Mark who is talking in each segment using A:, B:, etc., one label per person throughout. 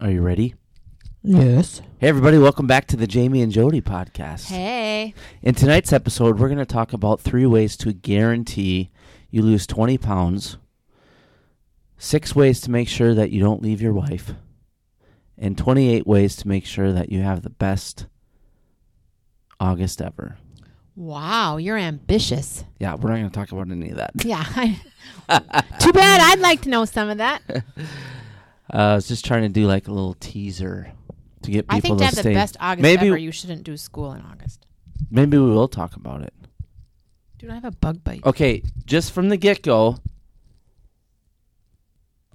A: Are you ready?
B: Yes.
A: Hey, everybody, welcome back to the Jamie and Jody podcast.
C: Hey.
A: In tonight's episode, we're going to talk about three ways to guarantee you lose 20 pounds, six ways to make sure that you don't leave your wife, and 28 ways to make sure that you have the best August ever.
C: Wow, you're ambitious.
A: Yeah, we're not going to talk about any of that.
C: Yeah. I, too bad. I'd like to know some of that.
A: Uh, I was just trying to do like a little teaser to get people
C: I think
A: to
C: to have
A: stay.
C: the best August
A: maybe
C: ever, you shouldn't do school in August.
A: maybe we will talk about it.
C: Dude, I have a bug bite.
A: Okay, just from the get go,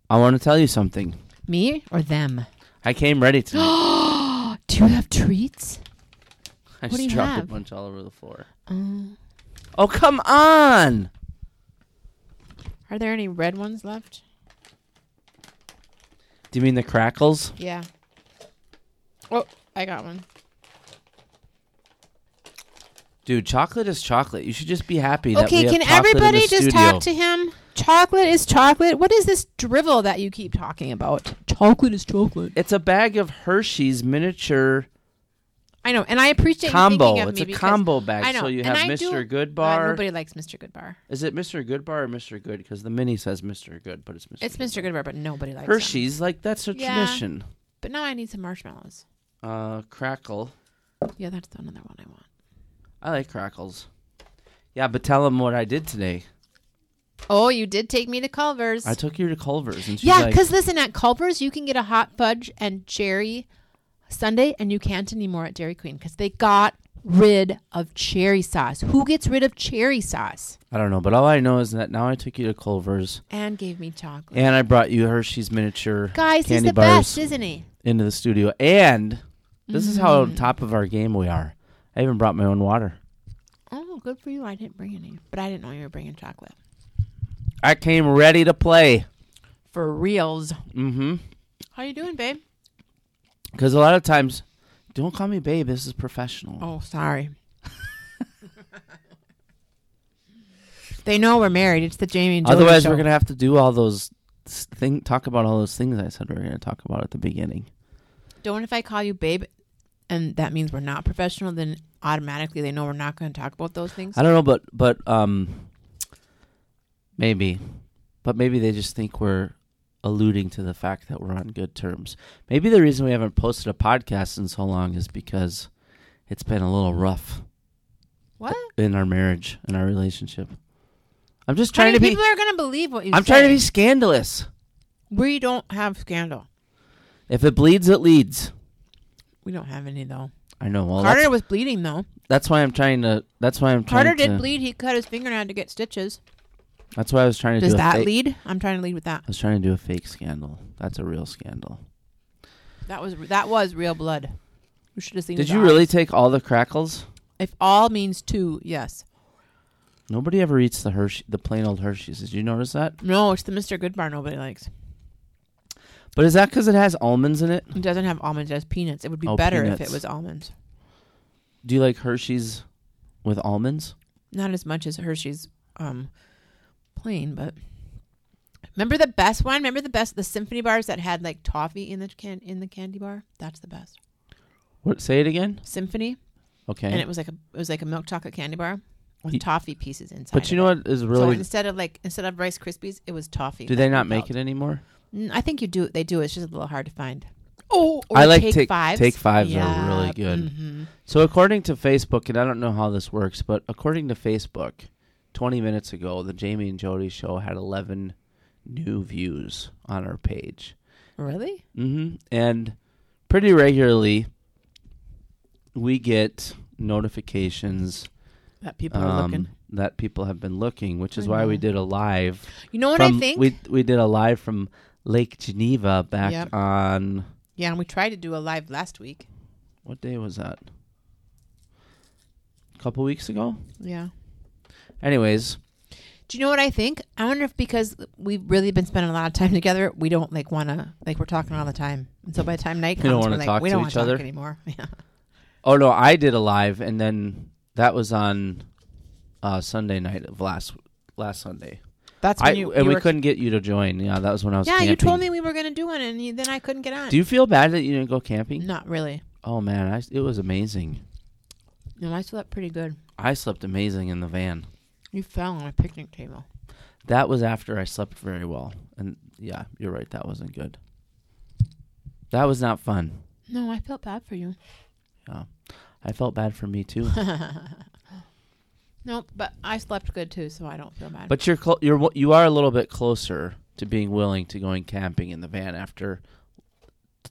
A: I want to tell you something.
C: Me or them?
A: I came ready tonight.
C: Do you have treats?
A: I
C: do
A: just
C: you
A: dropped a
C: have?
A: bunch all over the floor.
C: Um,
A: Oh come on!
C: are there any red ones left?
A: Do you mean the crackles?
C: Yeah. Oh, I got one.
A: Dude, chocolate is chocolate. You should just be happy. that we
C: Okay,
A: have
C: can
A: chocolate in the
C: everybody just
A: studio.
C: talk to him? Chocolate is chocolate. What is this drivel that you keep talking about? Chocolate is chocolate.
A: It's a bag of Hershey's miniature
C: I know, and I appreciate You
A: combo.
C: thinking of
A: It's
C: me
A: a
C: because-
A: combo bag.
C: I know,
A: So you
C: and
A: have
C: I do-
A: Mr. Good
C: Uh,
A: Bar.
C: nobody likes Mr. Goodbar.
A: Is it Mr. Goodbar or Mr. Good? Because the mini says Mr. Good, but it's Mr.
C: It's
A: Good.
C: Mr. Goodbar, but nobody likes Hershey.
A: Hershey's. Like that's a
C: Yeah.
A: tradition.
C: But now I need some marshmallows.
A: Uh, crackle.
C: Yeah, that's another one I want.
A: I like crackles. Yeah, but tell them what I did today.
C: Oh, you did take me to Culver's.
A: I took you to Culver's, and she's
C: yeah,
A: like,
C: because listen, at Culver's you can get a hot fudge and cherry Sunday, and you can't anymore at Dairy Queen because they got rid of cherry sauce. Who gets rid of cherry sauce?
A: I don't know, but all I know is that now I took you to Culver's,
C: And gave me chocolate.
A: and I brought you Hershey's miniature
C: Guys, he's
A: candy
C: the
A: bars
C: best, isn't he?
A: into the studio. And this is how
C: Mm.
A: on top of our game we are. I even brought my own water.
C: Oh, good for you. I didn't bring any, but I didn't know you were bringing chocolate.
A: I came ready to play.
C: For reals.
A: Mm-hmm.
C: How you doing, babe?
A: Because a lot of times, don't call me babe. This is professional.
C: Oh, sorry. they know we're married. It's the Jamie and Jody
A: Otherwise,
C: show.
A: we're gonna have to do all those s- thing talk about all those things I said we were gonna talk about at the beginning.
C: Don't if I call you babe, and that means we're not professional. Then automatically they know we're not going to talk about those things.
A: I don't know, but but um, maybe, but maybe they just think we're alluding to the fact that we're on good terms. Maybe the reason we haven't posted a podcast in so long is because it's been a little rough
C: What?
A: in our marriage and our relationship. I'm just
C: How
A: trying
C: many
A: to be.
C: people are going to believe what you?
A: I'm
C: say?
A: trying to be scandalous.
C: We don't have scandal.
A: If it bleeds, it leads.
C: We don't have any though.
A: I know. Well,
C: Carter
A: that's,
C: was bleeding though.
A: that's why I'm trying to. That's why I'm trying
C: Carter
A: to-
C: did bleed. He cut his finger and had to get stitches.
A: That's why I was trying to
C: Does
A: do. a
C: that
A: fake-
C: lead? I'm trying to lead with that.
A: I was trying to do a fake scandal. That's a real scandal.
C: That was that was real blood. You should have seen.
A: Did
C: his
A: you
C: eyes.
A: really take all the crackles?
C: If all means two, yes.
A: Nobody ever eats the Hershey, the plain old Hershey's. Did you notice that?
C: No, it's the Mr. Goodbar nobody likes.
A: But is that because it has almonds in it?
C: It doesn't have almonds, it has peanuts. It would be
A: Oh,
C: better if
A: peanuts.
C: it was almonds.
A: Do you like Hershey's with almonds?
C: Not as much as Hershey's um plain, but remember the best one? Remember the best the symphony bars that had like toffee in the can in the candy bar? That's the best.
A: What? Say it again.
C: Symphony.
A: Okay.
C: And it was like a it was like a milk chocolate candy bar
A: Eh.
C: with
A: Ye-
C: toffee pieces inside.
A: but you know what is
C: so
A: really?
C: instead of like instead of Rice Krispies, it was toffee.
A: do they not make it anymore?
C: Mm, I think you do. They do. It's just a little hard to find. Oh, or
A: I like
C: take,
A: Take-
C: fives.
A: Take Fives are really good.
C: mhm.
A: So according to Facebook, and I don't know how this works, but according to Facebook, 20 minutes ago, the Jamie and Jody show had 11 new views on our page.
C: Really?
A: Mm-hmm. And pretty regularly, we get notifications
C: That people are
A: um,
C: looking.
A: that people have been looking, which is
C: I
A: why we
C: know.
A: did a live.
C: You know what
A: from,
C: I think?
A: We we did a live from Lake Geneva back
C: Yep.
A: on
C: yeah, and we tried to do a live last week.
A: what day was that? A couple weeks ago.
C: Yeah.
A: Anyways,
C: Do you know what I think? I wonder if because we've really been spending a lot of time together, we don't like want to like we're talking all the time, and so by the time night
A: We
C: comes,
A: don't
C: we
A: wanna
C: are like,
A: talk
C: we
A: to
C: don't
A: each
C: want to
A: other.
C: talk anymore. Yeah.
A: oh no, I did a live, and then that was on uh, Sunday night of last last Sunday.
C: That's
A: I,
C: when you,
A: and
C: you
A: we
C: were-
A: couldn't get you to join. Yeah, that was when I was.
C: Yeah, you told
A: camping.
C: me we were gonna do one, and you, then I couldn't get on.
A: Do you feel bad that you didn't go camping?
C: Not really.
A: Oh man, I, it was amazing.
C: No, I slept pretty good.
A: I slept amazing in the van.
C: You fell on a picnic table.
A: That was after I slept very well. And yeah, you're right. That wasn't good. That was not fun.
C: No, I felt bad for you.
A: I felt bad for me too.
C: Nope, but I slept good too, so I don't feel bad.
A: but you're clo- you're you are a little bit closer to being willing to going camping in the van after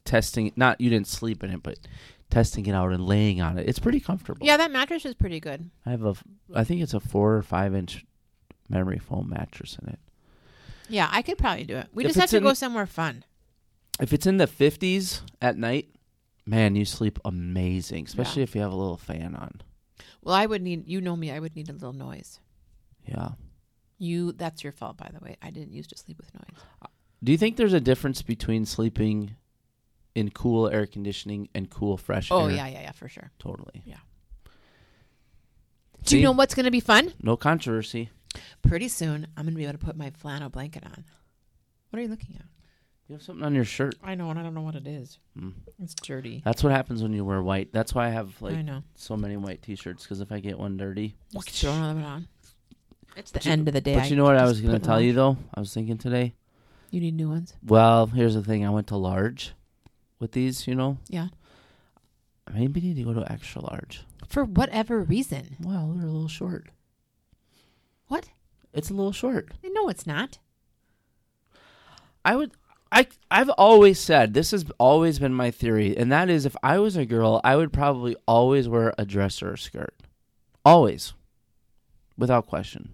A: testing. Not you didn't sleep in it, but testing it out and laying on it. It's pretty comfortable.
C: yeah, that mattress is pretty good.
A: I have a. f- I think it's a four or five inch memory foam mattress in it.
C: Yeah, I could probably do it. We
A: If
C: just have
A: it's
C: to
A: in-
C: go somewhere fun.
A: If it's in the fifties at night, man, you sleep amazing. Especially if you have a little fan on.
C: Well, I would need you know me. I would need a little noise.
A: Yeah.
C: You that's your fault, by the way. I didn't used to sleep with noise.
A: Do you think there's a difference between sleeping in cool air conditioning and cool fresh
C: Oh
A: air?
C: yeah, yeah, yeah, for sure.
A: Totally.
C: Do you
A: See?
C: know what's gonna be fun?
A: No controversy.
C: Pretty soon, I'm gonna be able to put my flannel blanket on. What are you looking at?
A: You have something on your shirt.
C: I know, and I don't know what it is.
A: Mm.
C: It's dirty.
A: That's what happens when you wear white. That's why I have
C: I
A: like
C: know.
A: so many white t-shirts because if I get one dirty.
C: Just throw another one on. It's the
A: you-
C: end of the day.
A: but you know what I
C: just
A: was going
C: put
A: to
C: it
A: tell
C: on.
A: you though? I was thinking today.
C: You need new ones.
A: Well, here's the thing. I went to large with these, you know.
C: Yeah.
A: Maybe need to go to extra large.
C: For whatever reason.
A: Well, they're a little short.
C: What?
A: It's a little short.
C: No, it's not.
A: I would I I've always said this has always been my theory and that is if I was a girl, I would probably always wear a dress or a skirt. Always. Without question.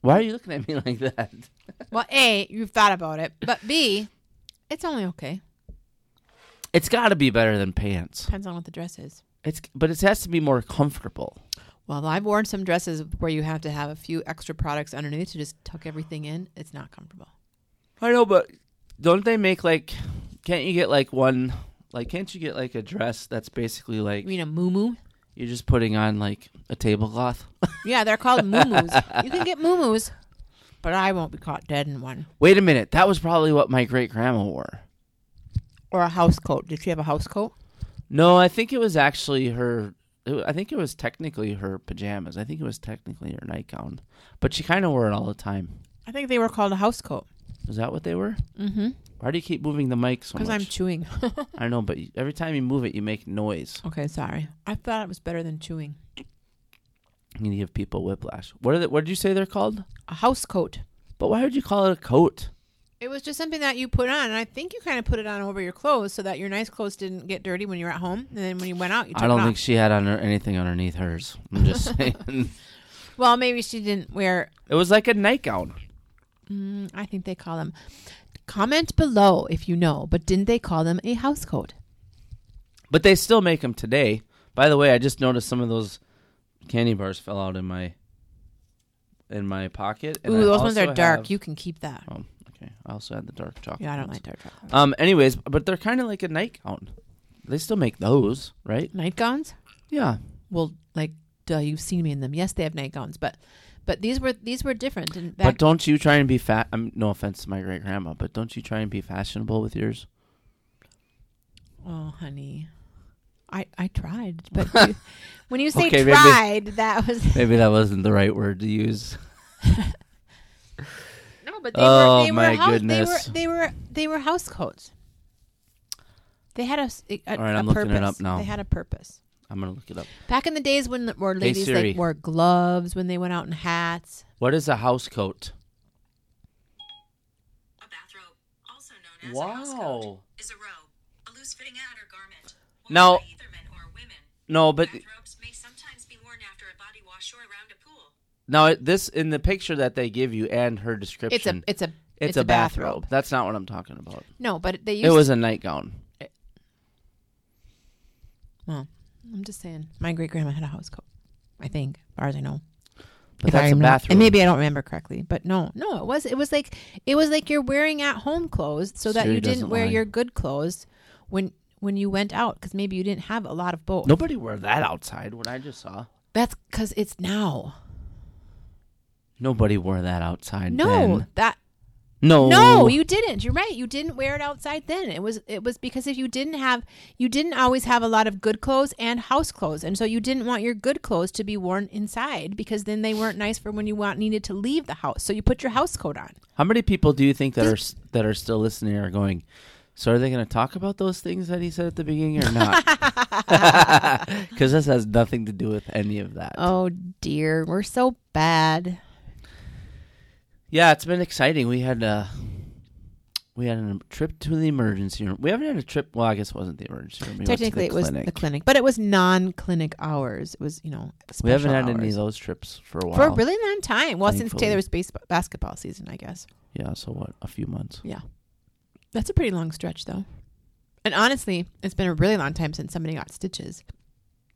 A: Why are you looking at me like that?
C: Well, A, you've thought about it. But B, it's only okay.
A: It's got to be better than pants.
C: Depends on what the dress is.
A: It's but it has to be more comfortable.
C: Well, I've worn some dresses where you have to have a few extra products underneath to just tuck everything in. It's not comfortable.
A: I know, but don't they make like? Can't you get like one? Like, can't you get like a dress that's basically like
C: You mean a moo
A: you're just putting on like a tablecloth?
C: Yeah, they're called muumuus. You can get muumuus, but I won't be caught dead in one.
A: Wait a minute, that was probably what my great grandma wore.
C: Or a house coat. Did she have a house coat?
A: No, I think it was actually her. it- I think it was technically her pajamas. I think it was technically her nightgown, but she kind of wore it all the time.
C: I think they were called a house coat.
A: Is that what they were?
C: Mm-hmm.
A: Why do you keep moving the mic so
C: Because I'm
A: much?
C: chewing.
A: I know, but you- every time you move it, you make noise.
C: okay, sorry. I thought it was better than chewing.
A: You need to give people whiplash. What are they, What did you say they're called?
C: A house coat.
A: But why would you call it a coat?
C: It was just something that you put on, and I think you kind of put it on over your clothes so that your nice clothes didn't get dirty when you were at home, and then when you went out, you took
A: I don't
C: it off.
A: think she had on her anything underneath hers. I'm just saying.
C: well, maybe she didn't wear.
A: It was like a nightgown.
C: Mm, I think they call them. Comment below if you know, but didn't they call them a house coat?
A: But they still make them today. By the way, I just noticed some of those candy bars fell out in my in my pocket. and
C: Ooh,
A: I
C: those ones
A: also
C: are dark.
A: have-
C: You can keep that.
A: oh, okay. I also had the dark chocolate.
C: Yeah, I don't
A: ones.
C: like dark chocolate.
A: Um. Anyways, but they're kind of like a nightgown. They still make those, right?
C: Nightgowns?
A: Yeah.
C: Well, like, duh, you've seen me in them. Yes, they have nightgowns, but but these were these were different. And
A: but
C: back,
A: don't you try and be fat? I'm no offense to my great grandma, but don't you try and be fashionable with yours?
C: oh, honey, I I tried, but you, when you say
A: Okay, maybe-
C: tried, that was
A: Maybe that wasn't the right word to use.
C: No, but they
A: Oh,
C: were. They
A: my
C: were house,
A: goodness.
C: They were. They were. They were house coats. They had a. s- a-
A: All
C: a-
A: right,
C: a
A: I'm looking it
C: purpose.
A: up now.
C: They had a purpose.
A: I'm gonna look it up.
C: Back in the days when the, where ladies
A: Siri.
C: like wore gloves when they went out in hats.
A: What is a house coat?
B: A bathrobe, also known as a house coat,
A: Wow.
B: is a robe, a loose-fitting outer garment. worn
A: Now-
B: by either men or women.
A: No, but
B: Bathrobes may sometimes be worn after a body wash or around a pool.
A: now it- this in the picture that they give you and her description.
C: It's a. It's a.
A: it's a bathrobe. That's not what I'm talking about.
C: No, but they used.
A: It was a nightgown.
C: well, I'm just saying. My great grandma had a house coat. I think, as far as I know.
A: But
C: If I
A: that's a
C: remember-
A: bathrobe.
C: And maybe I don't remember correctly, but no, no, it was it was like it was like you're wearing at home clothes so that
A: Siri
C: you
A: doesn't
C: didn't wear
A: lie.
C: your good clothes when when you went out because maybe you didn't have a lot of both.
A: Nobody wore that outside. What I just saw.
C: That's because it's now.
A: Nobody wore that outside.
C: No,
A: then.
C: that
A: no,
C: No, you didn't. You're right. You didn't wear it outside then. It was it was because if you didn't have you didn't always have a lot of good clothes and house clothes. And so you didn't want your good clothes to be worn inside because then they weren't nice for when you want needed to leave the house. So you put your house coat on.
A: How many people do you think that are s- that are still listening are going? So are they going to talk about those things that he said at the beginning or not? Because this has nothing to do with any of that.
C: Oh dear, we're so bad.
A: Yeah, it's been exciting. We had a we had a trip to the emergency room. We haven't had a trip. Well, I guess it wasn't the emergency room. We went to the
C: Technically it was
A: clinic.
C: the clinic, but it was non-clinic hours. It was, you know,
A: We haven't
C: special
A: had any of
C: hours.
A: those trips for a while.
C: for a really long time. Well, since
A: Thankfully.
C: Taylor's baseball, basketball season, I guess.
A: yeah. So what? A few months.
C: Yeah. That's a pretty long stretch, though. And honestly, it's been a really long time since somebody got stitches.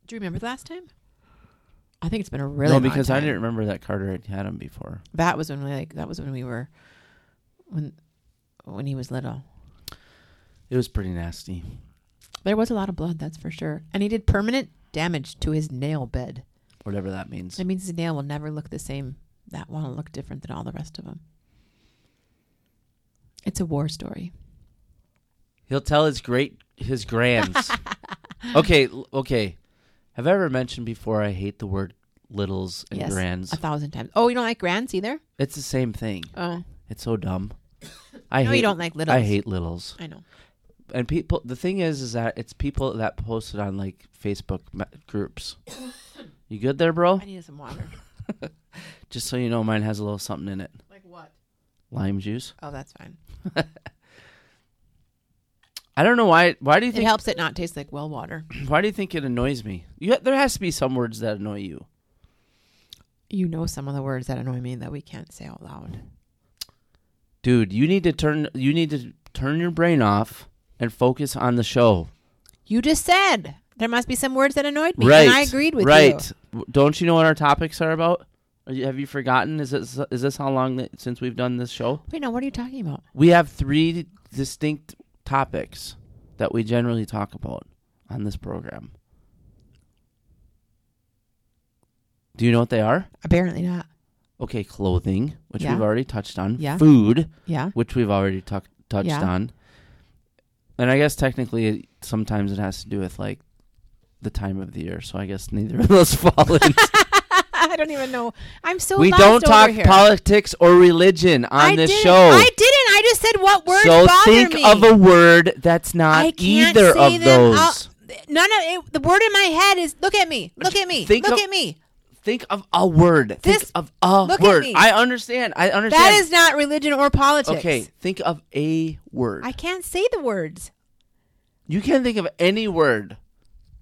C: Do you remember the last time? I think it's been a really
A: no,
C: long
A: because I
C: time.
A: didn't remember that Carter had had them before.
C: That was when we like that was when we were when when he was little.
A: It was pretty nasty.
C: There was a lot of blood, that's for sure. And he did permanent damage to his nail bed.
A: Whatever that means.
C: That means his nail will never look the same. That one will look different than all the rest of them. It's a war story.
A: He'll tell his great his grands. okay, l- okay. Have I ever mentioned before I hate the word littles and
C: yes,
A: grands?
C: a thousand times. Oh, you don't like grands either?
A: it's the same thing.
C: Oh,
A: It's so dumb. I
C: No,
A: hate,
C: you don't like littles.
A: I hate littles.
C: I know.
A: And people the thing is is that it's people that post it on like Facebook me- groups. you good there, bro?
C: I needed some water.
A: Just so you know mine has a little something in it.
C: like what?
A: Lime juice.
C: Oh, that's fine.
A: I don't know why why do you
C: It
A: think
C: helps it not taste like well water.
A: why do you think it annoys me? You, there has to be some words that annoy you.
C: You know some of the words that annoy me that we can't say out loud.
A: dude you need to turn you need to turn your brain off and focus on the show
C: You just said there must be some words that annoyed me,
A: right
C: and I agreed with you.
A: right W- don't you know what our topics are about Are you- have you forgotten is this is this how long that, since we've done this show
C: Wait, now what are you talking about?
A: we have three distinct topics that we generally talk about on this program do you know what they are
C: Apparently not.
A: okay clothing which
C: Yeah.
A: we've already touched on
C: Yeah.
A: food
C: Yeah.
A: which we've already tuck touched
C: Yeah.
A: on. And I guess technically, it, sometimes it has to do with like the time of the year. So I guess neither of those fall. in.
C: I don't even know. I'm so
A: we
C: lost
A: don't talk
C: over here.
A: politics or religion on
C: I
A: this
C: didn't-
A: show.
C: I didn't. I just said what words
A: so
C: bother
A: think
C: me.
A: of a word that's
C: I
A: not
C: can't
A: either
C: say
A: of
C: them
A: those.
C: out- None of it, the word in my head is look at me, look at me,
A: Think
C: look
A: of-
C: at me.
A: Think of a word. think
C: This-
A: of a
C: look at
A: word.
C: me.
A: I understand. I understand.
C: That is not religion or politics.
A: okay. Think of a word.
C: I can't say the words.
A: You can't think of any word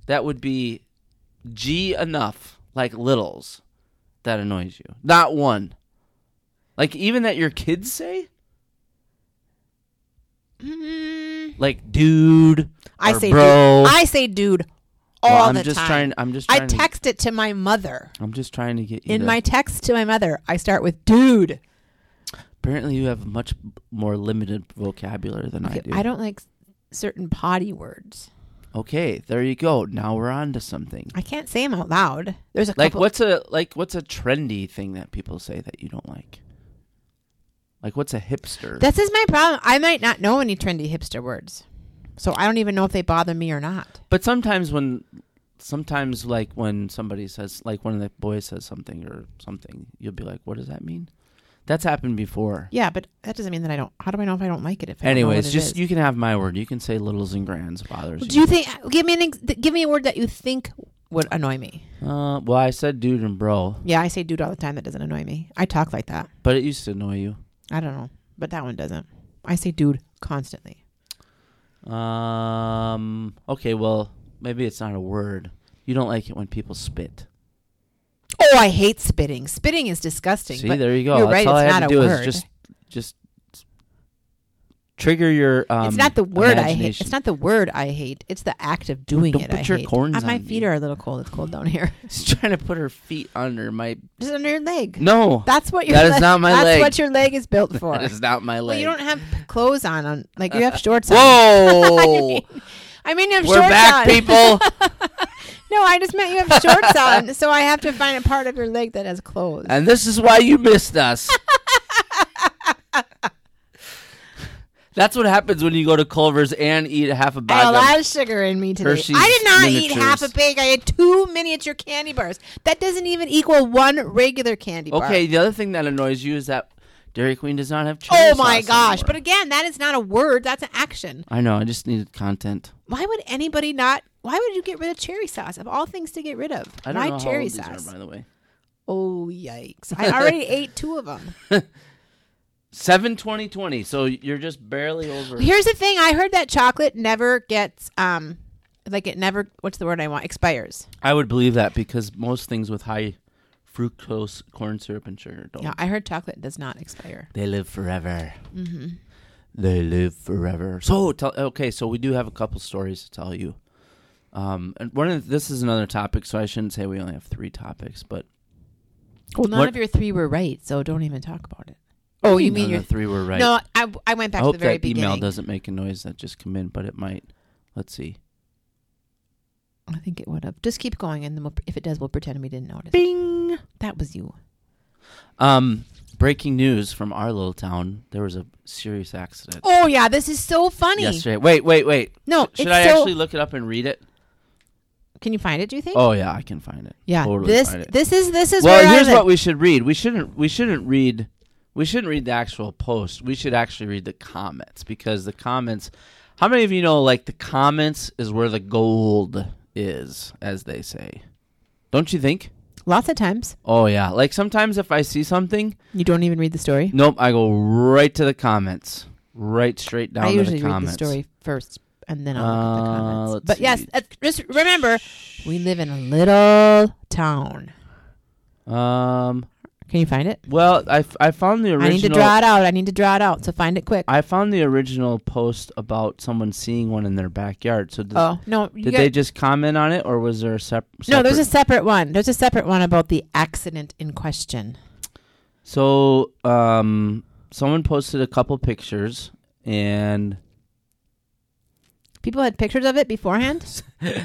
A: that would be G enough, like littles, that annoys you. Not one. Like even that your kids say,
C: Mm.
A: like dude.
C: I
A: or
C: say
A: bro.
C: dude. I say dude all
A: Well, I'm
C: the
A: just
C: time.
A: trying. I'm just
C: I
A: trying. to,
C: text it to my mother.
A: I'm just trying to get you.
C: In
A: to-
C: my text to my mother, I start with dude.
A: apparently, you have much more limited vocabulary than I do.
C: I don't like s- certain potty words.
A: Okay, there you go. Now we're on to something.
C: I can't say them out loud. There's a
A: Like
C: couple.
A: what's a like what's a trendy thing that people say that you don't like? Like what's a hipster?
C: This is my problem. I might not know any trendy hipster words, so I don't even know if they bother me or not.
A: But sometimes when, sometimes like when somebody says, like one of the boys says something or something, you'll be like, "What does that mean?" That's happened before.
C: Yeah, but that doesn't mean that I don't. How do I know if I don't like it? If I don't know what
A: Anyways,
C: it
A: just
C: is?
A: you can have my word. You can say littles and grands bothers
C: Do you think? Give me an. Ex- give me a word that you think would annoy me.
A: Uh, well, I said dude and bro,
C: Yeah, I say dude all the time. That doesn't annoy me. I talk like that.
A: but it used to annoy you.
C: I don't know, but that one doesn't. I say dude constantly.
A: Um. Okay. Well, maybe it's not a word. You don't like it when people spit.
C: Oh, I hate spitting. Spitting is disgusting.
A: See,
C: but
A: there you go.
C: You're
A: That's
C: right.
A: all
C: it's
A: I had
C: not
A: to
C: a
A: do
C: word.
A: is just, just trigger your. Um,
C: it's not the word I hate.
A: imagination.
C: It's not the word I hate. It's the act of doing
A: Don't
C: it.
A: put
C: I
A: your
C: hate.
A: corns
C: Uh, my
A: on
C: feet
A: me.
C: are a little cold. It's cold down here.
A: She's trying to put her feet under my.
C: just under your leg.
A: No,
C: That's what your.
A: That is
C: leg-
A: not my
C: that's
A: leg.
C: what your leg is built for.
A: that is not my leg.
C: Well, you don't have clothes on. on like you have shorts on. I
A: Whoa,
C: mean, I mean, you have
A: we're
C: shorts
A: back,
C: on.
A: people.
C: No, I just meant you have shorts on, so I have to find a part of your leg that has clothes.
A: And this is why you missed us. That's what happens when you go to Culver's and eat a half a
C: I had a
A: bag.
C: lot
A: of-
C: of sugar in me today.
A: Hershey's
C: I did not eat
A: miniatures.
C: half a bag. I had two miniature candy bars. That doesn't even equal one regular candy bar.
A: okay, the other thing that annoys you is that Dairy Queen does not have chili
C: Oh my
A: sauce
C: gosh.
A: anymore.
C: But again, that is not a word. That's an action.
A: I know. I just needed content.
C: Why would anybody not? Why would you get rid of cherry sauce? Of all things to get rid of,
A: I don't
C: why
A: know how old
C: cherry
A: these
C: sauce?
A: are, by the way.
C: oh yikes! I already ate two of them.
A: Seven twenty twenty. So you're just barely over.
C: Here's the thing: I heard that chocolate never gets um, like it never. What's the word I want? Expires.
A: I would believe that because most things with high fructose corn syrup and sugar don't.
C: Yeah, I heard chocolate does not expire.
A: They live forever. Mm-hmm. They live forever. So tell, okay, so we do have a couple stories to tell you. Um, and one of the- this is another topic, so I shouldn't say we only have three topics, but
C: Well, none
A: What-
C: of your three were right, so don't even talk about it. Oh, you mean
A: none
C: your
A: of the three were right.
C: No, I, I went back
A: I
C: to
A: hope
C: the very
A: that
C: beginning.
A: email doesn't make a noise that just come in, but it might. Let's see.
C: I think it would have. Just keep going, and then we'll, if it does, we'll pretend we didn't notice.
A: Bing.
C: That was you.
A: Um, breaking news from our little town: there was a serious accident
C: Oh yeah, this is so funny.
A: yesterday. Wait, wait, wait.
C: No,
A: Should
C: it's
A: I
C: so-
A: actually look it up and read it?
C: Can you find it? Do you think?
A: Oh yeah, I can find it.
C: yeah.
A: totally
C: this
A: find it.
C: this is this is
A: well
C: where
A: here's
C: I live.
A: what we should read we shouldn't we shouldn't read we shouldn't read the actual post we should actually read the comments because the comments how many of you know like the comments is where the gold is as they say don't you think
C: Lots of times
A: oh yeah like sometimes if i see something
C: you don't even read the story.
A: nope i go right to the comments right straight down
C: I
A: to
C: usually
A: the
C: read the
A: comments
C: story first, and then I'll look at the
A: Uh,
C: comments.
A: let's
C: But yes,
A: see.
C: uh, just remember, we live in a little town.
A: um
C: Can you find it?
A: well i, f- I found the original
C: I need to draw it out. I need to draw it out. So find it quick.
A: I found the original post about someone seeing one in their backyard. So does,
C: oh no! You
A: Did
C: got-
A: they just comment on it, or was there a sep- separate?
C: no, there's a separate one. There's a separate one about the accident in question.
A: So, um, someone posted a couple pictures, and
C: People had pictures of it beforehand.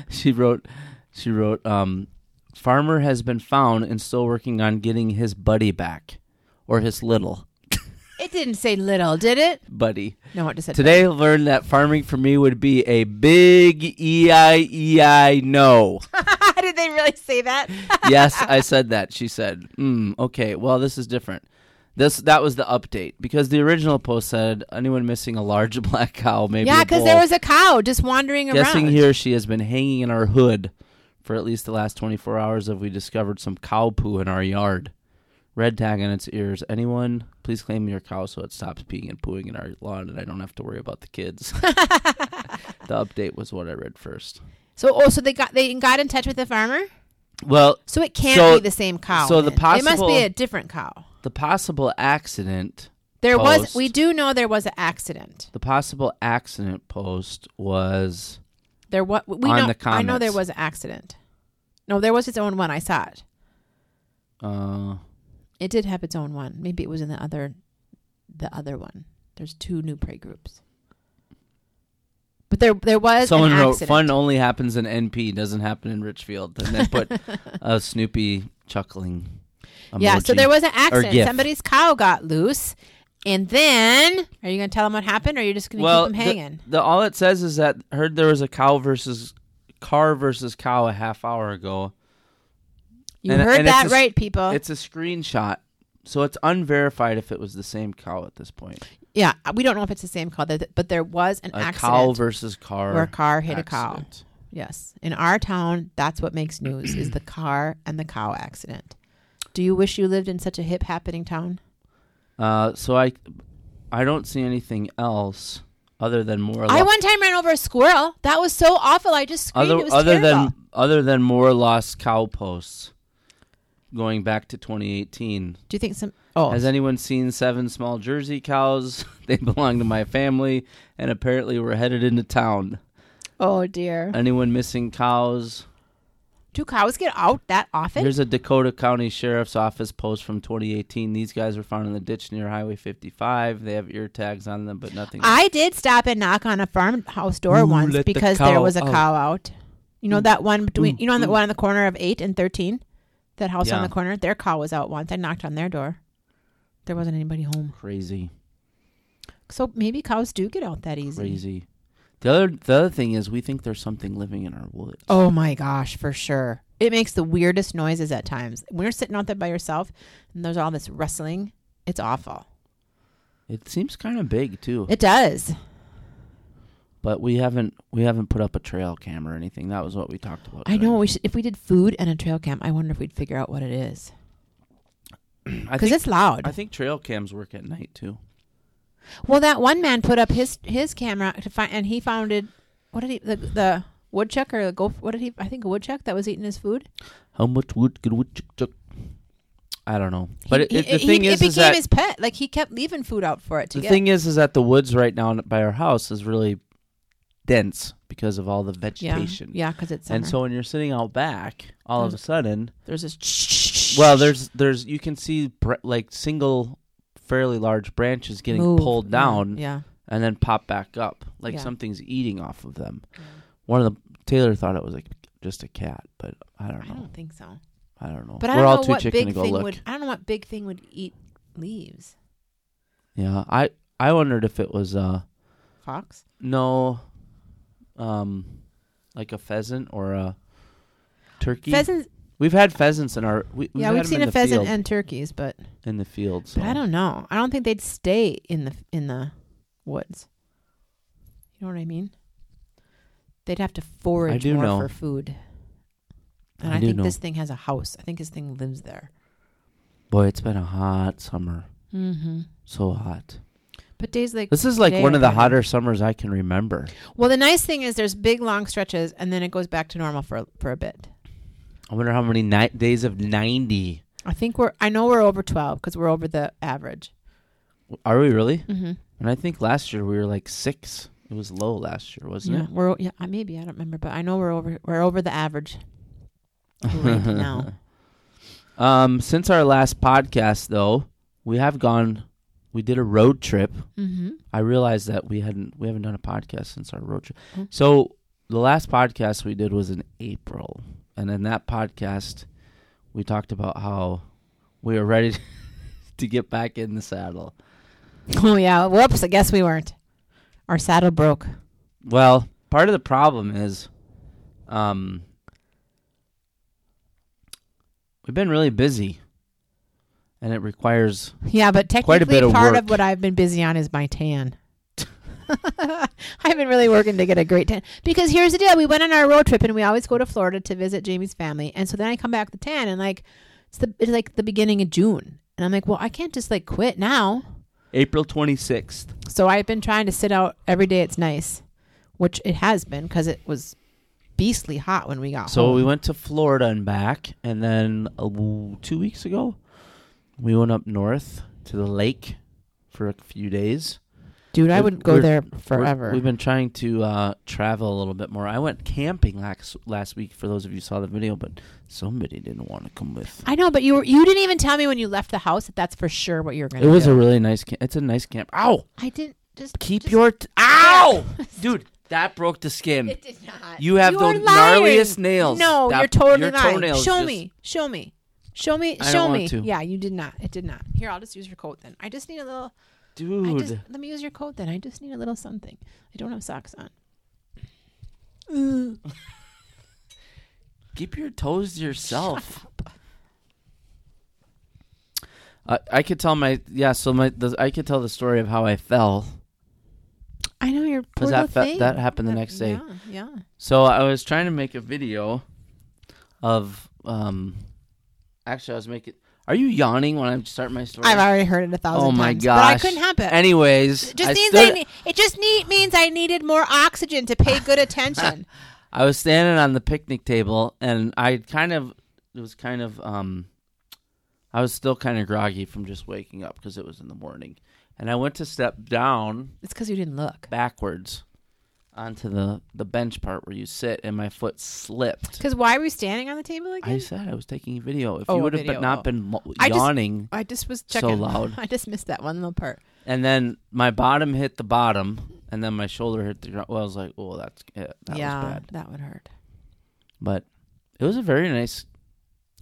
A: she wrote, she wrote, um, "Farmer has been found and still working on getting his buddy back, or his little
C: It didn't say little, did it?
A: buddy."
C: No, it just said
A: Today, I learned that farming for me would be a big e i e i no.
C: Did they really say that?
A: yes, I said that. She said, mm, "Okay, well, this is different." This that was the update because the original post said anyone missing a large black cow, maybe
C: yeah,
A: because
C: because there was a cow just wandering
A: guessing
C: around.
A: here she has been hanging in our hood for at least the last 24 hours. If we discovered some cow poo in our yard, red tag on its ears. Anyone, please claim your cow so it stops peeing and pooing in our lawn, and I don't have to worry about the kids. the update was what I read first.
C: So, oh, so they got they got in touch with the farmer.
A: Well,
C: So it can't
A: So-
C: be the same cow.
A: so the
C: then. it must
A: possible-
C: be a different cow.
A: the possible accident.
C: There was
A: Post.
C: we do know there was an accident.
A: The possible accident post was
C: There what we
A: On
C: know.
A: the
C: I know
A: comments.
C: there was an accident. No, there was its own one. I saw it.
A: uh
C: It did have its own one. Maybe it was in the other, the other one. There's two new prey groups. But there there was
A: someone
C: an
A: wrote
C: accident.
A: fun only happens in NP doesn't happen in Richfield and then put a Snoopy chuckling emoji.
C: Yeah, so there was an accident.
A: gif.
C: Somebody's cow got loose. And then, are you going to tell them what happened or are you just going to
A: well
C: keep
A: the-
C: them hanging?
A: The, all it says is that heard there was a cow versus car versus cow a half hour ago.
C: You
A: and-
C: heard
A: and it's
C: that
A: a s-
C: right, people.
A: It's a screenshot. So it's unverified if it was the same cow at this point.
C: Yeah, we don't know if it's the same cow, that- but there was an
A: A
C: accident.
A: cow versus car.
C: Where a car hit a cow.
A: accident.
C: yes. In our town, that's what makes news is the car and the cow accident. Do you wish you lived in such a hip happening town?
A: Uh, so I, I don't see anything else other than more.
C: I one time ran over a squirrel. That was so awful. I just screamed. it
A: other
C: was
A: other
C: terrible.
A: than other than more lost cow posts going back to 2018
C: Do you think some? Oh,
A: has anyone seen seven small jersey cows they belong to my family and apparently we're headed into town
C: oh dear.
A: anyone missing cows
C: Do cows get out that often?
A: here's a dakota county sheriff's office post from 2018 these guys were found in the ditch near highway 55 they have ear tags on them but nothing
C: I did stop and knock on a farmhouse door
A: Who
C: once
A: let the
C: because there
A: cow
C: was a
A: out?
C: cow out. You know that one between you know on the
A: mm.
C: one on the corner of eight and thirteen, that house on
A: Yeah.
C: the corner. Their cow was out once. I knocked on their door. There wasn't anybody home.
A: Crazy,
C: So maybe cows do get out that easy.
A: crazy. The other the other thing is we think there's something living in our woods.
C: Oh my gosh, for sure. It makes the weirdest noises at times. When you're sitting out there by yourself and there's all this rustling, it's awful.
A: It seems kind of big too,
C: It does.
A: but we haven't we haven't put up a trail cam or anything. That was what we talked about.
C: I
A: today.
C: know. We should, if we did food and a trail cam, I wonder if we'd figure out what it is
A: I
C: because
A: think,
C: it's loud.
A: I think trail cams work at night too.
C: well, that one man put up his his camera to find, and he found it. What did he the the woodchuck or the go? What did he? I think a woodchuck that was eating his food.
A: How much wood could wood chuck chuck? I don't know, but it,
C: He-
A: it, the
C: he-
A: thing is,
C: it became
A: is that
C: his pet. Like he kept leaving food out for it to
A: the
C: get.
A: thing is, is that the woods right now by our house is really dense because of all the
C: yeah,
A: vegetation.
C: yeah, because it's summer.
A: And so when you're sitting out back, all of a
C: There's-
A: sudden,
C: there's this.
A: well, there's there's you can see br- like single, fairly large branches getting
C: Move.
A: pulled
C: Yeah,
A: down
C: Yeah,
A: and then pop back up, like
C: Yeah.
A: something's eating off of them. One of the Taylor thought it was like just a cat, but I don't
C: I
A: know.
C: don't think so.
A: I don't know.
C: But
A: We're
C: I don't
A: all
C: know
A: too
C: what
A: chicken
C: big
A: to go
C: thing
A: look.
C: would. I don't know what big thing would eat leaves.
A: Yeah, I I wondered if it was uh
C: Fox.
A: no, um, like a pheasant or a turkey.
C: Pheasants.
A: We've had pheasants in our we, we've
C: Yeah,
A: had
C: we've
A: them
C: seen
A: in
C: a
A: the
C: pheasant
A: field,
C: and turkeys, but
A: in the field. So.
C: but I don't know. I don't think they'd stay in the in the woods. You know what I mean? They'd have to forage
A: do
C: more
A: know.
C: for food. And
A: I
C: I,
A: do
C: think
A: know.
C: this thing has a house. I think this thing lives there.
A: Boy, it's been a hot summer.
C: Mm-hmm.
A: So hot.
C: But days like
A: This is like
C: Today
A: one of the
C: I've been-
A: hotter summers I can remember.
C: well, the nice thing is there's big long stretches, and then it goes back to normal for for a bit.
A: I wonder how many ni- days of 90.
C: I think we're. I know we're over twelve because we're over the average.
A: Are we really?
C: Mm-hmm.
A: And I think last year we were like six. It was low last year, wasn't
C: Yeah, we're yeah. I- Maybe I don't remember, but I know we're over. We're over the average. Right now,
A: it? Um, since our last podcast, though, we have gone. We did a road trip.
C: mm-hmm.
A: I realized that we hadn't we haven't done a podcast since our road trip.
C: Mhm.
A: So the last podcast we did was in April, and in that podcast, we talked about how we were ready to get back in the saddle.
C: Oh yeah. Whoops. I guess we weren't. Our saddle broke.
A: Well, part of the problem is, um, we've been really busy, and it requires
C: Yeah, but technically,
A: Quite a bit of
C: part
A: work.
C: of what I've been busy on is my tan. I've been really working to get a great tan because here's the deal: we went on our road trip, and we always go to Florida to visit Jamie's family, and so then I come back with the tan, and like it's the it's like the beginning of June, and I'm like, well, I can't just like quit now.
A: April twenty sixth.
C: So I've been trying to sit out every day. It's nice, which it has been because it was beastly hot when we got
A: So
C: home.
A: we went to Florida and back, and then uh, w- two weeks ago, we went up north to the lake for a few days.
C: dude, I
A: we-
C: wouldn't go
A: we're-
C: there
A: We're-
C: forever.
A: We've been trying to uh, travel a little bit more. I went camping last last week. For those of you who saw the video, but somebody didn't want to come with.
C: I know, but you were, you didn't even tell me when you left the house that that's for sure what you were going
A: It
C: to do.
A: was a really nice. Camp. It's a nice camp. Ow!
C: I didn't just
A: Keep
C: just-
A: your t- ow, dude. That broke the skin.
C: It did not.
A: You have the
C: are lying.
A: gnarliest nails.
C: No,
A: That-
C: you're totally
A: your
C: lying.
A: toenails
C: Show
A: just-
C: me. Show me. Show me.
A: I don't
C: Show
A: want
C: me.
A: to.
C: Yeah, you did not. It did not. Here, I'll just use your coat then. I just need a little. I
A: Dude,
C: just, let me use your coat then. I just need a little something. I don't have socks on. Ooh.
A: keep your toes to yourself. I I could tell my yeah. So my the, I could tell the story of how I fell
C: I know your poor
A: because that
C: little
A: fe-
C: thing.
A: that happened the next day.
C: Yeah, yeah.
A: So I was trying to make a video of um. Actually, I was making. Are you yawning when I start my story?
C: I've already heard it a thousand
A: oh
C: times.
A: my
C: But I
A: gosh!
C: couldn't help it.
A: Anyways,
C: it just
A: I
C: means
A: stood-
C: I need, it just need, means I needed more oxygen to pay good attention.
A: I was standing on the picnic table and I kind of it was kind of um I was still kind of groggy from just waking up because it was in the morning. And I went to step down
C: it's because you didn't look.
A: backwards onto the the bench part where you sit and my foot slipped.
C: Because why were you standing on the table
A: I
C: again?
A: said I was taking a video. If
C: Oh,
A: you
C: a
A: would have
C: video,
A: been, not
C: oh.
A: been mo-
C: I just-
A: yawning,
C: I, just was
A: So
C: checking.
A: loud.
C: I just missed that one little part.
A: and then my bottom hit the bottom, and then my shoulder hit the ground. Well, I was like, "Oh, that's it. That
C: yeah,
A: was bad."
C: that would hurt.
A: But it was a very nice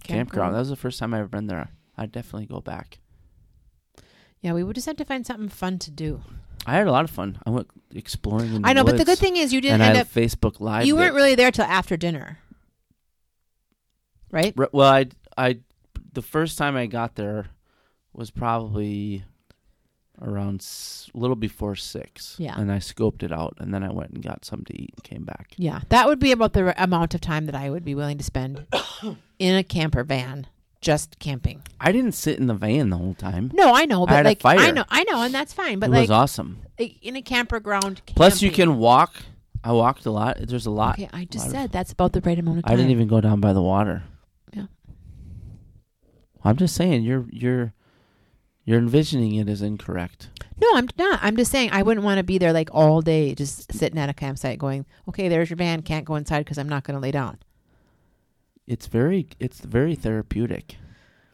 A: campground.
C: Campground.
A: That was the first time I've ever been there. I'd definitely go back.
C: Yeah, we would just have to find something fun to do.
A: I had a lot of fun. I went exploring. In
C: I know, but the good
A: woods,
C: thing is you didn't
A: and
C: end
A: I
C: up.
A: Facebook Live.
C: You weren't
A: it.
C: really there till after dinner, right?
A: Re- Well, I I the first time I got there was probably around s- little before six.
C: Yeah.
A: and I scoped it out, and then I went and got something to eat and came back.
C: Yeah, that would be about the r- amount of time that I would be willing to spend in a camper van just camping.
A: I didn't sit in the van the whole time.
C: No, I know, but
A: had a
C: like I
A: fire.
C: know, I know, and that's fine. But
A: it
C: like
A: was awesome.
C: i- in a camperground,
A: Plus, you
C: camping-
A: can walk. I walked a lot. There's a lot.
C: Okay, I
A: lot
C: just
A: of-
C: said that's about the right amount of time.
A: I didn't even go down by the water.
C: Yeah.
A: I'm just saying you're you're you're envisioning it as incorrect.
C: No, I'm not. I'm just saying I wouldn't want to be there like all day just sitting at a campsite going, okay, there's your van. Can't go inside because I'm not going to lay down.
A: It's very it's very therapeutic.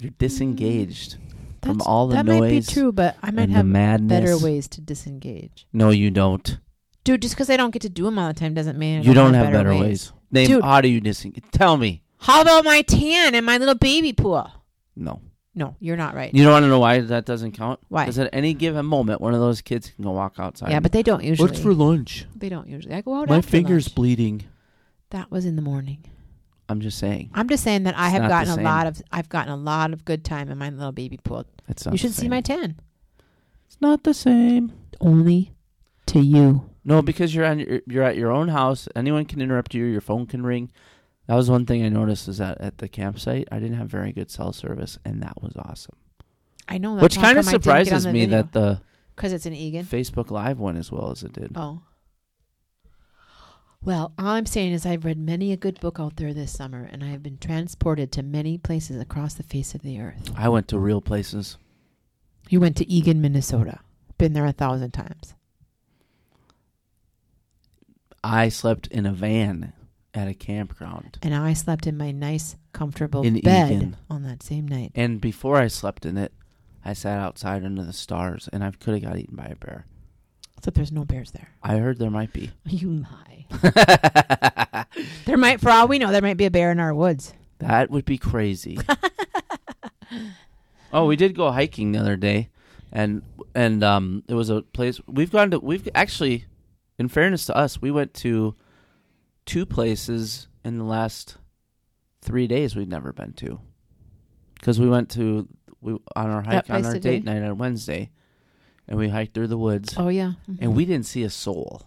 A: You're disengaged from
C: Mm-hmm. That's-
A: all the
C: that
A: noise.
C: might be true, but I might
A: and the
C: have better
A: madness.
C: ways to disengage.
A: No, you don't.
C: Dude, just because I don't get to do them all the time doesn't mean I
A: you don't have better ways. Name
C: Dude.
A: how do you disengage? Tell me.
C: How about my tan and my little baby pool?
A: No.
C: No, you're not right.
A: You don't want to know why that doesn't count?
C: Why?
A: Because at any given moment, one of those kids can go walk outside.
C: yeah, but they don't usually.
A: What's for lunch?
C: they don't usually. I go out.
A: My
C: after
A: finger's
C: lunch.
A: bleeding.
C: That was in the morning.
A: I'm just saying.
C: I'm just saying that I
A: It's
C: have
A: not the
C: gotten a
A: same.
C: lot of. I've gotten a lot of good time in my little baby pool.
A: It's not
C: you
A: the
C: should see
A: same.
C: my tan.
A: It's not the same.
C: Only to you.
A: No, because you're on your, you're at your own house. Anyone can interrupt you. Your phone can ring. That was one thing I noticed is that at the campsite, I didn't have very good cell service, and that was awesome.
C: I know.
A: Which kind of surprises me that the
C: because it's an Egan.
A: Facebook Live went as well as it did.
C: Oh. Well, all I'm saying is I've read many a good book out there this summer, and I have been transported to many places across the face of the earth.
A: I went to real places.
C: You went to Egan, Minnesota. Been there a thousand times.
A: I slept in a van at a campground,
C: And I slept in my nice, comfortable
A: In
C: bed
A: Egan.
C: on that same night.
A: and before I slept in it, I sat outside under the stars, and I could have got eaten by a bear.
C: So there's no bears there.
A: I heard there might be.
C: You lie. there might, for all we know, there might be a bear in our woods.
A: That would be crazy. oh, we did go hiking the other day, and and um, it was a place we've gone to. We've actually, in fairness to us, we went to two places in the last three days we've never been to, because we went to we on our hike on
C: place
A: our
C: today?
A: date night on Wednesday, and we hiked through the woods,
C: Oh yeah.
A: and we didn't see a soul.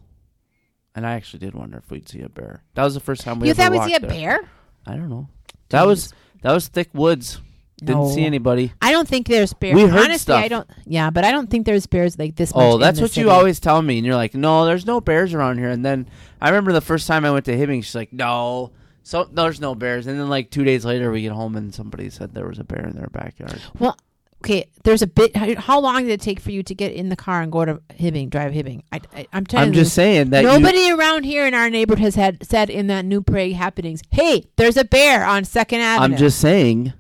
A: And I actually did wonder if we'd see a bear. That was the first time we
C: you
A: ever
C: thought we'd see a
A: walked there.
C: bear?
A: I don't know. That was that was thick woods. Didn't
C: No.
A: see anybody.
C: I don't think there's bears.
A: We heard
C: Honestly, I
A: stuff.
C: don't. Yeah, but I don't think there's bears like this. much
A: Oh,
C: in
A: that's
C: the
A: what you
C: city.
A: always tell me, and you're like, "No, there's no bears around here." And then I remember the first time I went to Hibbing, she's like, "No, so there's no bears." And then like two days later, we get home and somebody said there was a bear in their backyard.
C: Well, okay. There's a bit. How, how long did it take for you to get in the car and go to Hibbing, drive Hibbing? I, I, I'm telling
A: I'm just
C: you,
A: saying that you-
C: nobody around here in our neighborhood has had said in that new prairie happenings. Hey, there's a bear on Second Avenue.
A: I'm just saying.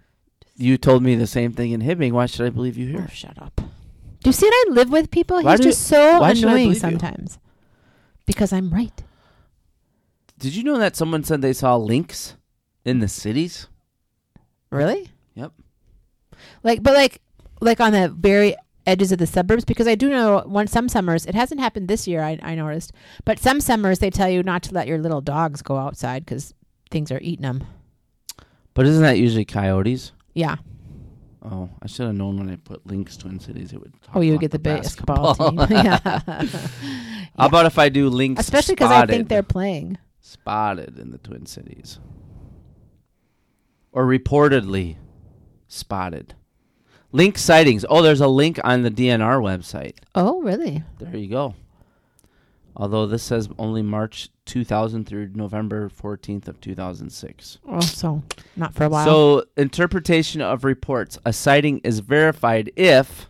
A: You told me the same thing in Hibbing. Why should I believe you
C: Oh,
A: here?
C: shut up. Do you see that I live with people?
A: Why
C: He's
A: do-
C: just so
A: why should I
C: annoying
A: believe you?
C: sometimes. Because I'm right.
A: Did you know that someone said they saw lynx in the cities?
C: Really?
A: Yep.
C: Like, but like, like on the very edges of the suburbs, because I do know one some summers it hasn't happened this year. I, I noticed, but some summers they tell you not to let your little dogs go outside because things are eating them.
A: But isn't that usually coyotes?
C: Yeah.
A: Oh, I should have known when I put links Twin Cities. It would. Talk
C: Oh, you
A: about
C: would get the basketball, team. yeah.
A: How about if I do links?
C: Especially because I think they're playing.
A: spotted in the Twin Cities, or reportedly spotted. Link sightings. Oh, there's a link on the DNR website.
C: Oh, really?
A: There you go. Although this says only March 2000 through November 14th of 2006.
C: Oh, so not for a while.
A: So, interpretation of reports. A sighting is verified if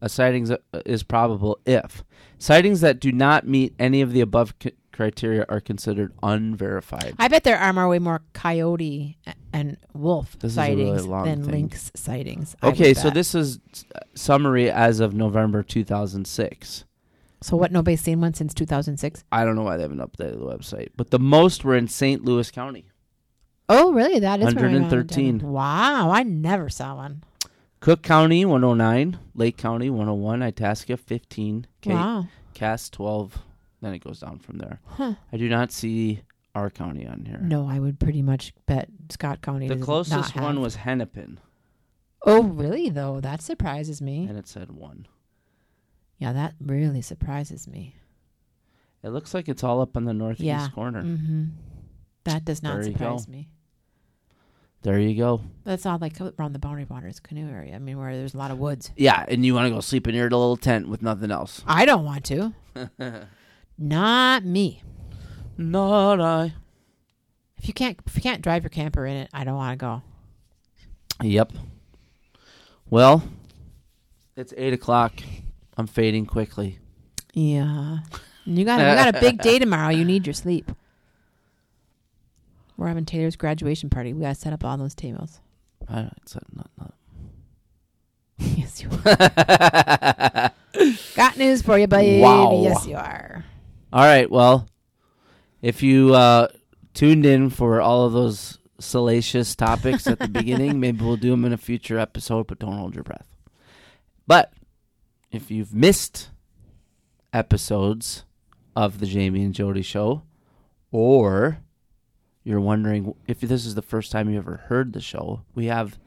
A: a sighting is- is probable if sightings that do not meet any of the above c- criteria are considered unverified.
C: I bet there are more way more coyote a- and wolf
A: This is a really
C: sightings
A: long
C: than
A: thing.
C: lynx sightings. I would
A: okay, so
C: bet.
A: this is s- summary as of November 2006.
C: so what nobody's seen one since two thousand six.
A: I don't know why they haven't updated the website, but the most were in St. Louis County.
C: Oh, really? That is where I went.
A: 113.
C: Wow, I never saw one.
A: Cook County 109, Lake County 101, Itasca 15, Ca-
C: Wow.
A: Cass 12. Then it goes down from there.
C: Huh.
A: I do not see our county on here.
C: No, I would pretty much bet Scott County.
A: The
C: does not
A: closest
C: have-
A: one was Hennepin,
C: Oh, really? Though that surprises me.
A: and it said one.
C: Yeah, that really surprises me.
A: It looks like it's all up on the northeast
C: Yeah.
A: corner.
C: Mm-hmm. That does not
A: There you go.
C: surprise me.
A: There you go.
C: That's all like around the Boundary Waters canoe area. I mean, where there's a lot of woods.
A: Yeah, and you want to go sleep in your little tent with nothing else.
C: I don't want to. not me.
A: Not I.
C: If you can't if you can't drive your camper in it, I don't want to go.
A: Yep. Well, it's eight o'clock. I'm fading quickly.
C: Yeah. You got you got a big day tomorrow. You need your sleep. We're having Taylor's graduation party. We gotta set up all those tables.
A: I it's a- not, not.
C: yes, you are. Got news for you, babe.
A: Wow.
C: Yes, you are.
A: All right. Well, if you uh, tuned in for all of those salacious topics at the beginning, maybe we'll do them in a future episode, but don't hold your breath. But if you've missed episodes of the Jamie and Jody show, or you're wondering if this is the first time you ever heard the show, we have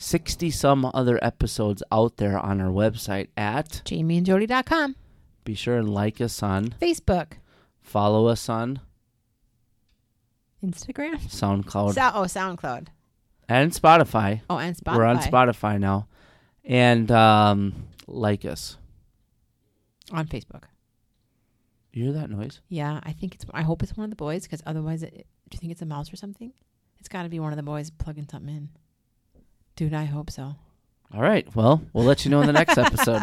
A: 60 some other episodes out there on our website at
C: JamieandJody.com.
A: be sure and like us on,
C: Facebook.
A: follow us on,
C: Instagram.
A: SoundCloud,
C: So, oh, SoundCloud.
A: and Spotify.
C: Oh, and Spotify.
A: We're on Spotify now, and um, like us.
C: On Facebook.
A: You hear that noise?
C: Yeah, I think it's. I hope it's one of the boys because otherwise, it, do you think it's a mouse or something? It's got to be one of the boys plugging something in. Dude, I hope so.
A: All right. Well, we'll let you know in the next episode.